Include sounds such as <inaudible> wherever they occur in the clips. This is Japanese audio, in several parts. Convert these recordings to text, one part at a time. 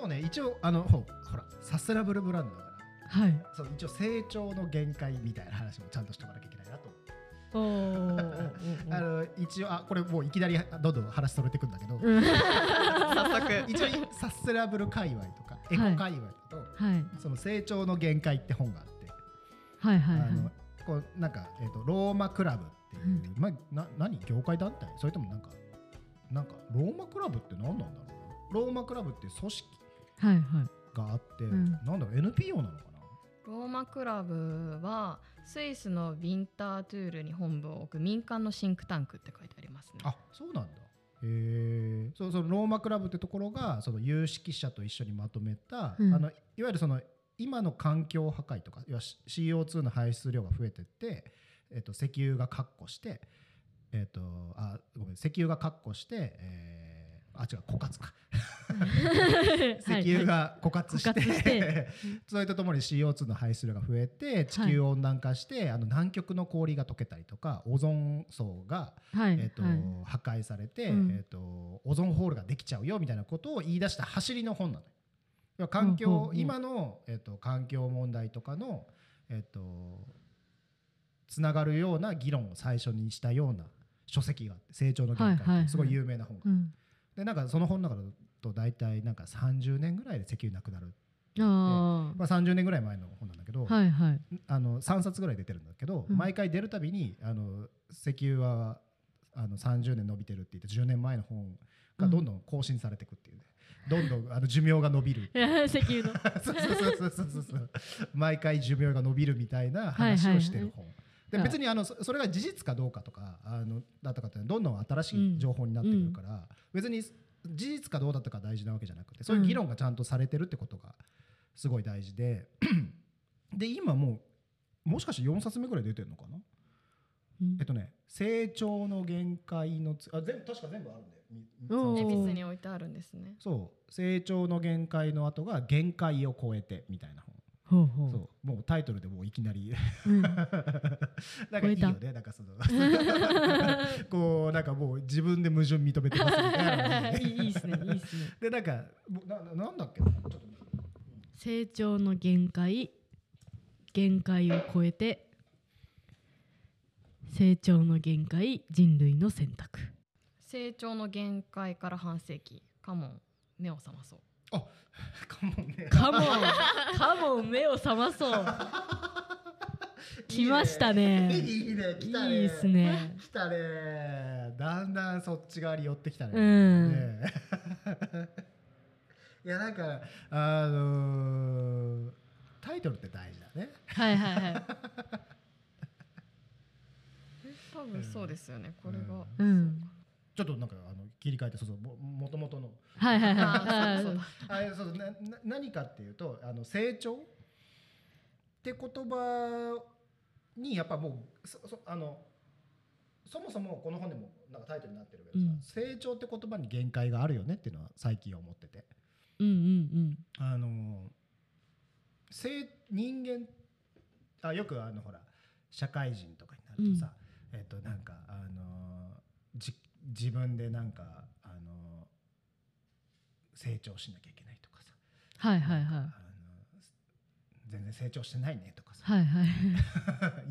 もね一応あのほほらサステナブルブランドだかはい。らそう一応成長の限界みたいな話もちゃんとしておかなきゃいけないなと思って、おお。あの一応あこれもういきなりどんどん話それてくんだけ <laughs> ど、うん早速一応サステナブル界隈とかエコ界隈だと、はいその成長の限界って本があって、はいはいはいあ。のこうなんか、えー、とローマクラブっていう、まあ、な何業界団体それともなんかなんかローマクラブって何なんだろうなローマクラブって組織はいはい。があって、うんなんだろう NPO なのかなローマクラブはスイスのビンタートゥールに本部を置く民間のシンクタンクって書いてありますね。 <laughs> あそうなんだへえそうそのローマクラブってところがその有識者と一緒にまとめた、うんあのいわゆるその今の環境破壊とか要は CO2 の排出量が増えてって、えっと石油が確保して、えっとあごめん石油が確保して、えーあ違う枯渇か石油が枯渇して,、枯渇して <laughs> それとともに CO2 の排出量が増えて地球温暖化して、あの南極の氷が溶けたりとかオゾン層がはい。えっとはい破壊されて、うんえっとオゾンホールができちゃうよみたいなことを言い出した走りの本なのよ。要は環境、ほうほうほう今の、えっと環境問題とかの、えっとつながるような議論を最初にしたような書籍があって「成長の限界」っていうはいはいはいすごい有名な本が、うん。でなんかその本の中だと大体なんか30年ぐらいで石油なくなる、あまあ、30年ぐらい前の本なんだけど、あ。はいはい。あの3冊ぐらい出てるんだけど、うん毎回出るたびにあの石油はあの30年伸びてるって言って10年前の本がどんどん更新されてくっていうね、どんどんあの寿命が伸びる <laughs> 石 <laughs> 油の。そうそうそうそうそう毎回寿命が伸びるみたいな話をしてる本。で別にあのそそれが事実かどうかとかあのだったかってどんどん新しい情報になってくるから、別に事実かどうだったか大事なわけじゃなくてそういう議論がちゃんとされてるってことがすごい大事で、で今もうもしかして4冊目ぐらい出てるのかな、うんえっとね「成長の限界のつあ全部確か全部あるんだよみみおー恵三冊比寿に置いてあるんですね。そう「成長の限界」の後が「限界を超えて」みたいな本、ほうほう。そうもうタイトルでもういきな <laughs> りうん。なんかいいよね、なんかその。こう、なんかもう自分で矛盾認めてますみたいな <laughs> いいいいですね。いいですね。で、なんか、もうな、ななんだっけな、ちょっと見て。成長の限界限界を超えて成長の限界人類の選択成長の限界から半世紀カモン目を覚まそう。あ、かもね。カモンカモン目を覚まそう来ましたねいいねいいね、い来たね。いです。ね来たね。だんだんそっち側に寄ってきたね。うんね <laughs> いや、なんか、あのータイトルって大事だね。はいはいはい多分そうですよね。これが。うんちょっとなんか、あの、切り替えて、そうそう、も、もともとの。はいはいあはーいそうだあれそうなな何かっていうとあの成長って言葉にやっぱもうそそあのそもそもこの本でもなんかタイトルになってるけどさ、うん成長って言葉に限界があるよねっていうのは最近思っててうんうんあの成人間あよくあのほら社会人とかになるとさ、えっとなんかあのじ自分でなんかあの成長しなきゃいけないとかさはいはいはいあの全然成長してないねとかさ、はいはい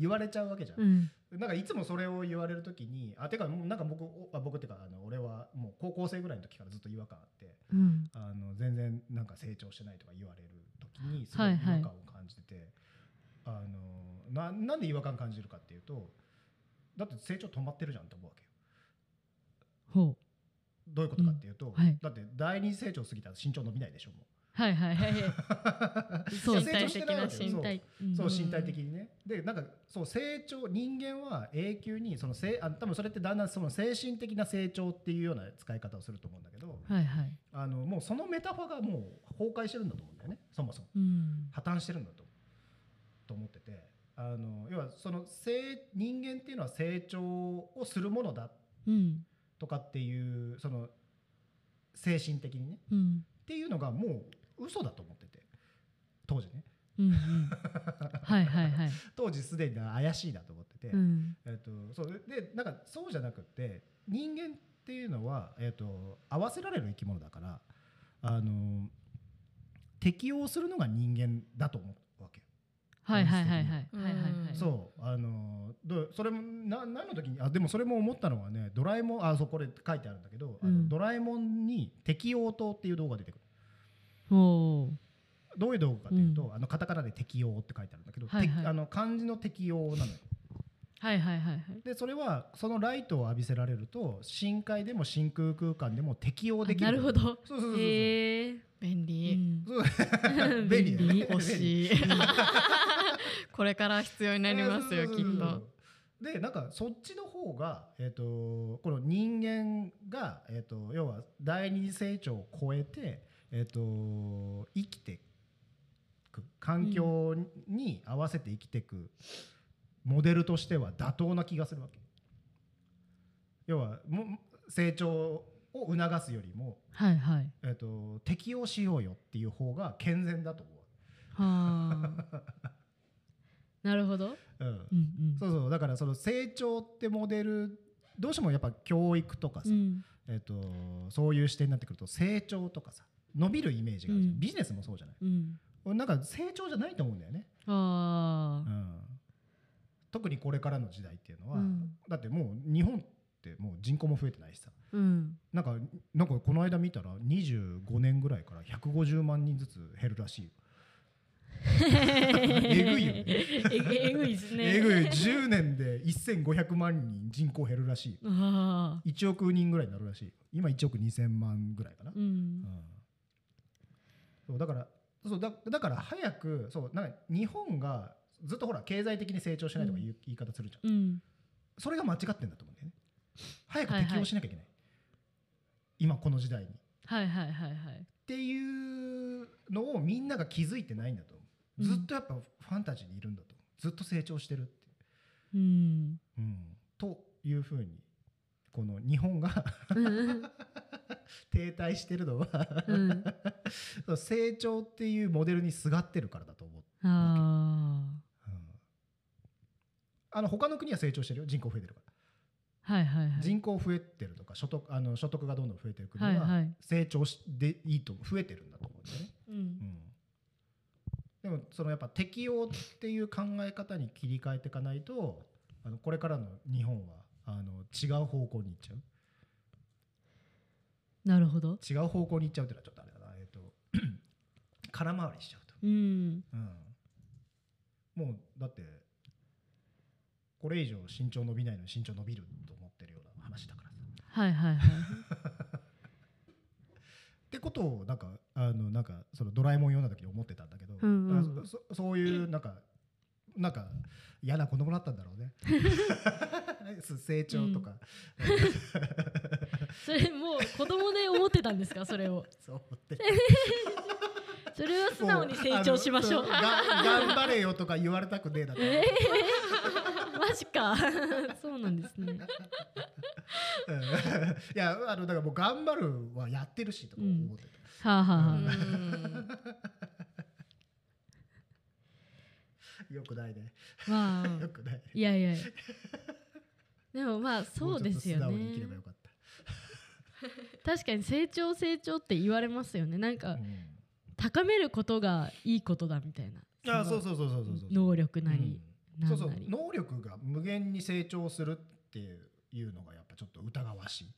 <laughs> 言われちゃうわけじゃんう、んなんかいつもそれを言われる時にあてかもうなんか僕おあ僕ってかあの俺はもう高校生ぐらいの時からずっと違和感あってうんあの全然なんか成長してないとか言われる時にすごはい違いはい和感を感じてて、あのななんで違和感感じるかっていうとだって成長止まってるじゃんと思うわけよほうどういうことかっていうと、んはいだって第二成長過ぎたら身長伸びないでしょも <laughs> うはいはいはいはいそう <laughs> 身体的な身進身化。体そううん身体的にね。でなんかそう成長人間は永久にそのせいあ多分それってだんだんその精神的な成長っていうような使い方をすると思うんだけどうんはいはいあのもうそのメタファーがもう崩壊してるんだと思うんだよねそもそもうん破綻してるんだとと思っててあの要はその成人間っていうのは成長をするものだうんとかっていうその精神的にねうんっていうのがもう嘘だと思ってて当時ねうんうんはいはいはい。当時すでに怪しいなと思ってて。うん。えっと、そうでなんかそうじゃなくって人間っていうのは、えっと、合わせられる生き物だからあの適応するのが人間だと思うわけ。はいはいはいはいうんはいはいはいそうあのどそれもな何の時にあでもそれも思ったのはねドラえもんあそうこれ書いてあるんだけど、あうのんドラえもんに適応灯っていう動画が出てくるうおーどういう動画かというと、あのカタカナで適応って書いてあるんだけど、はいはいてあの漢字の適応なのよはいはいはいはいでそれはそのライトを浴びせられると深海でも真空空間でも適応できるあなるほどそうそうそうそう、へえー便利、うんそう便利だよね惜しいこれから必要になりますよそうきそうそうっそうと。でなんかそっちの方が、えっとこの人間が、えっと要は第二次成長を超えて、えっと生きてく環境に合わせて生きてくモデルとしては妥当な気がするわけ。要はも成長を促すよりも、はいはいはえっと適応しようよっていう方が健全だと思あなるほどう。うんうんうんそうそうだからその成長ってモデルどうしてもやっぱ教育とかさ、うんえっとそういう視点になってくると成長とかさ伸びるイメージがあるじゃん、うんビジネスもそうじゃないうん俺なんか成長じゃないと思うんだよね、あうあん、特にこれからの時代っていうのは、うんだってもう日本ってもう人口も増えてないしさうんなんかなんかこの間見たら25年ぐらいから150万人ずつ減るらしいよえぐいよねえぐえぐいですねえぐい10年で1500万人人口減るらしいよああ1億人ぐらいになるらしい今1億2000万ぐらいかな、ううんんそうだからそうだだから早くそうなんか日本がずっとほら経済的に成長しないとかいう言い方するじゃん、うんそれが間違ってんだと思うんだよね早くはいはい適応しなきゃいけない、今この時代にっはいはいはいはいていうのをみんなが気づいてないんだと思ううんずっとやっぱファンタジーにいるんだと思うずっと成長してるってうんうん、というふうにこの日本が <laughs> うん停滞してるのはうんそう成長っていうモデルにすがってるからだと思う、あうんあの他の国は成長してるよ人口増えてるから、あはいはいはい人口増えてるとか所得あの所得がどんどん増えてる国はいははい成長しでいいと増えてるんだと思うんだよね、うんうん、でもそのやっぱ適応っていう考え方に切り替えていかないとあのこれからの日本はあの違う方向に行っちゃうなるほど違う方向に行っちゃうっていうのはちょっとあれだな、えっと <clears throat> 空回りしちゃうと、うんうん、もうだってこれ以上身長伸びないのに身長伸びると思ってるような話だからさ。はいはいはいってことをなんかあのなんかそのドラえもん読んだ時に思ってたんだけど、うんうだんからそそそういうなんかなんか嫌な子供だったんだろうね <laughs> そう成長とか、 <laughs> それもう子供で思ってたんですかそれをそう思って。それは素直に成長しましょうもあのそうが頑張れよとか言われたくねえだと思う <laughs> えー、 <laughs> マジかそうなんですねうんいやあのだからもう頑張るはやってるしとか思ってた、はあ、はあうはんあ、よくないねまあよくないいやいやいやでもまあそうですよもうちょっと素直に生きねればよかった、確かに成長成長って言われますよねなんかうん高めることがいいことだみたいなあそうのそうそうそうそうそう能力なり、うんそう何そうなり能力が無限に成長するっていうのがやっぱちょっと疑わしい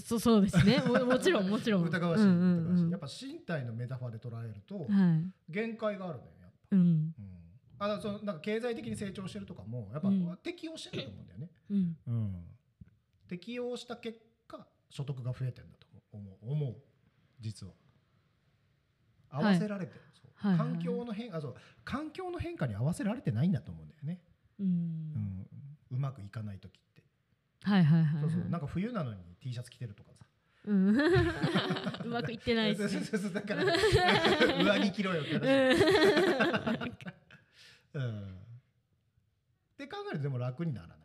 そそうそうですねも <laughs> もちろんもちろん疑わしい,、うんうんうんやっぱ身体のメタファーで捉えるとはい限界があるのよやっぱ、うんうん、あだからそのなんか経済的に成長してるとかもやっぱうん適応してると思うんだよね、うんうん、適用した結果所得が増えてんだと思う思う実は合いわせられてる、そうはいはい環境の変あそう環境の変化に合わせられてないんだと思うんだよね、ううんん、うまくいかない時って、はいはいはい、はい、そうそうなんか冬なのに T シャツ着てるとかさうん <laughs> うまくいってないでそうすそう <laughs> そうそねうだ <laughs> から上着着ろよって話、うん、って考えるとでも楽にならない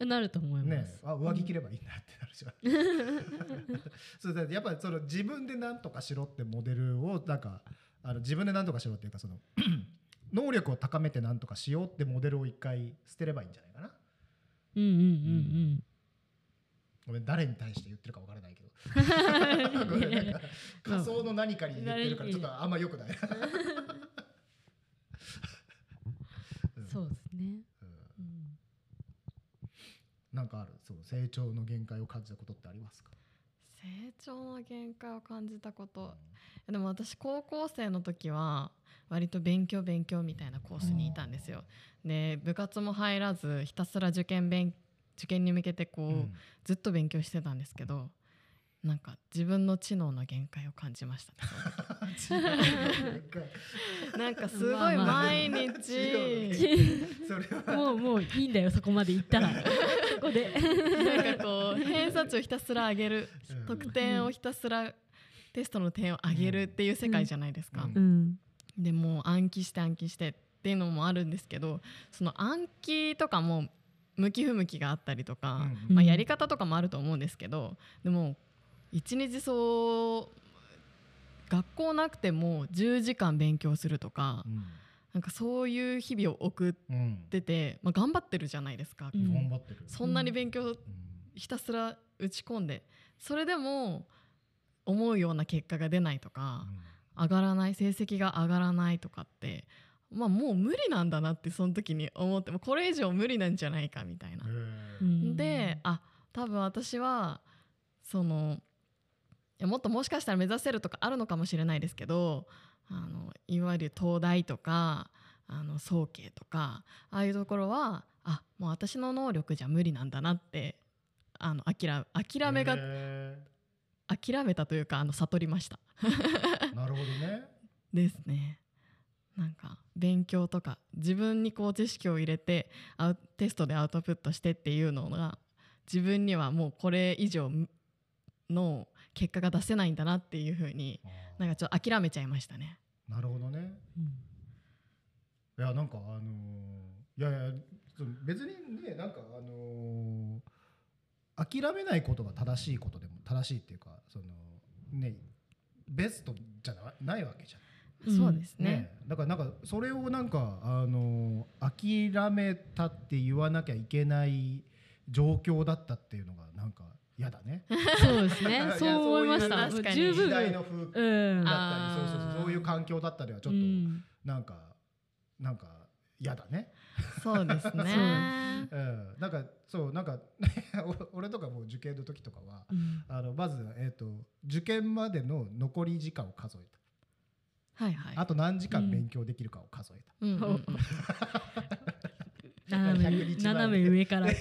うんなると思いまねす、あ上着着ればいいなってなるじゃん。そうだってやっぱりその自分で何とかしろってモデルをなんかあの自分で何とかしろっていうかその <clears throat> 能力を高めて何とかしようってモデルを一回捨てればいいんじゃないかな。うんうんうんうんごめん誰に対して言ってるか分からないけど。 <laughs> これなんか仮想の何かに言ってるからちょっとあんまよくない。うんそうですね、うんうんなんかあるそう成長の限界を感じたことってありますか、成長の限界を感じたこうんとでも私高校生の時は割と勉強勉強みたいなコースにいたんですよ。で部活も入らずひたすら受験勉受験に向けて <laughs> こう、うんずっと勉強してたんですけどなんか自分の知能の限界を感じましたねその時知能の限界なんかすまごあいまあ毎日、知能の限界それ <laughs> はもうもういいんだよそこまで行ったら <laughs> ここでなんかこう偏差値をひたすら上げるうん得点をひたすらテストの点を上げるっていう世界じゃないですか。うんうんでもう暗記して暗記してっていうのもあるんですけどその暗記とかも向き不向きがあったりとか、うんまあ、やり方とかもあると思うんですけどでも一日そう学校なくても10時間勉強するとかなんかそういう日々を送っうんてて、まあ、頑張ってるじゃないですか、うん頑張ってる、そんなに勉強うんひたすら打ち込んでそれでも思うような結果が出ないとか。上がらない成績が上がらないとかって、まあ、もう無理なんだなってその時に思ってもうこれ以上無理なんじゃないかみたいなう。んうへえんであ多分私はそのいやもっともしかしたら目指せるとかあるのかもしれないですけどあのいわゆる東大とかあの早慶とかああいうところはあもう私の能力じゃ無理なんだなってあの諦諦めが、諦めたというかあの悟りました。なるほど <laughs> ねですねなんか勉強とか自分にこう知識を入れてアウテストでアウトプットしてっていうのが自分にはもうこれ以上の結果が出せないんだなっていうふうにあーなんかちょっと諦めちゃいましたね。なるほどねいやなんかあのーいやいやその別にねなんかあのー諦めないことが正しいことでも正しいっていうかそのねベストじゃなないわけじゃんうんそうですねねだからなんかそれをなんかあのー諦めたって言わなきゃいけない状況だったっていうのがなんか嫌だね。そうですいねやそう思いましたそういう確かに十時分代の風だっうんたありーそうそうそうそういう環境だったりはちょっうと <laughs> んなんか、なんか嫌だね。そうですねうん、なんかそうなんかお俺とかもう受験の時とかはうんあのまず、えー、と受験までの残り時間を数えはいはいたあと何時う間ん勉強できるかを数えた、うんうんうん斜め100日前斜め上から <laughs>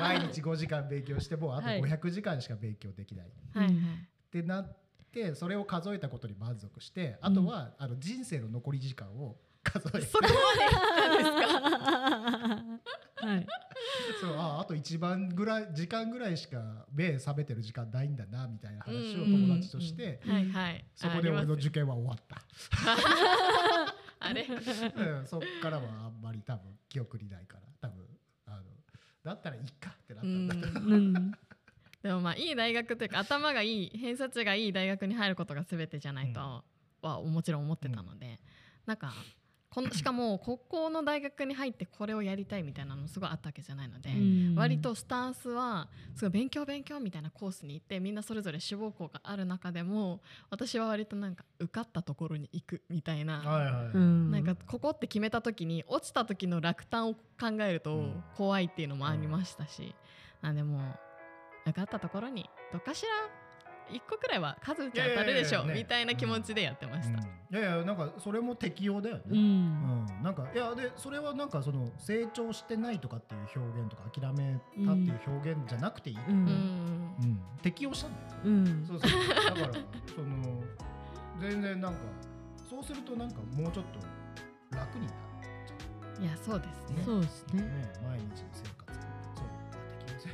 毎日5時間勉強してもうあとはい500時間しか勉強できない、っはいはいてなってそれを数えたことに満足してあとは、あの人生の残り時間を数えてそこはい <laughs> そうああと一番ぐらい時間ぐらいしか目覚めてる時間ないんだなみたいな話をうん友達として、うんはいはいそこで俺のあります受験は終わった。あれうん、そっからはあんまり多分記憶にないから多分あのだったらいいかってなったんだけど、うんうんでもまあいい大学というか頭がいい偏差値がいい大学に入ることが全てじゃないとはもちろん思ってたので、なん <coughs> かこのしかもここの大学に入ってこれをやりたいみたいなのすごいあったわけじゃないので、うん割とスタンスはすごい勉強勉強みたいなコースに行ってみんなそれぞれ志望校がある中でも私は割となんか受かったところに行くみたいな。はいはい、うんなんかここって決めた時に落ちた時の落胆を考えるうとん怖いっていうのもありましたし、なんでもう受かったところにどっかしら一個くらいは数打ちゃ当たるでしょいやいやいやねみたいな気持ちでやってました、うんいやいやなんかそれも適用だよね、ううんんなんかいやでそれはなんかその成長してないとかっていう表現とか諦めたっていう表現じゃなくていい、ううんんうん適用したんだよ、うんそうそうだからその全然なんかそうするとなんかもうちょっと楽になるいやそうですねそうですね <laughs> ね毎日の生活そうまあ適応性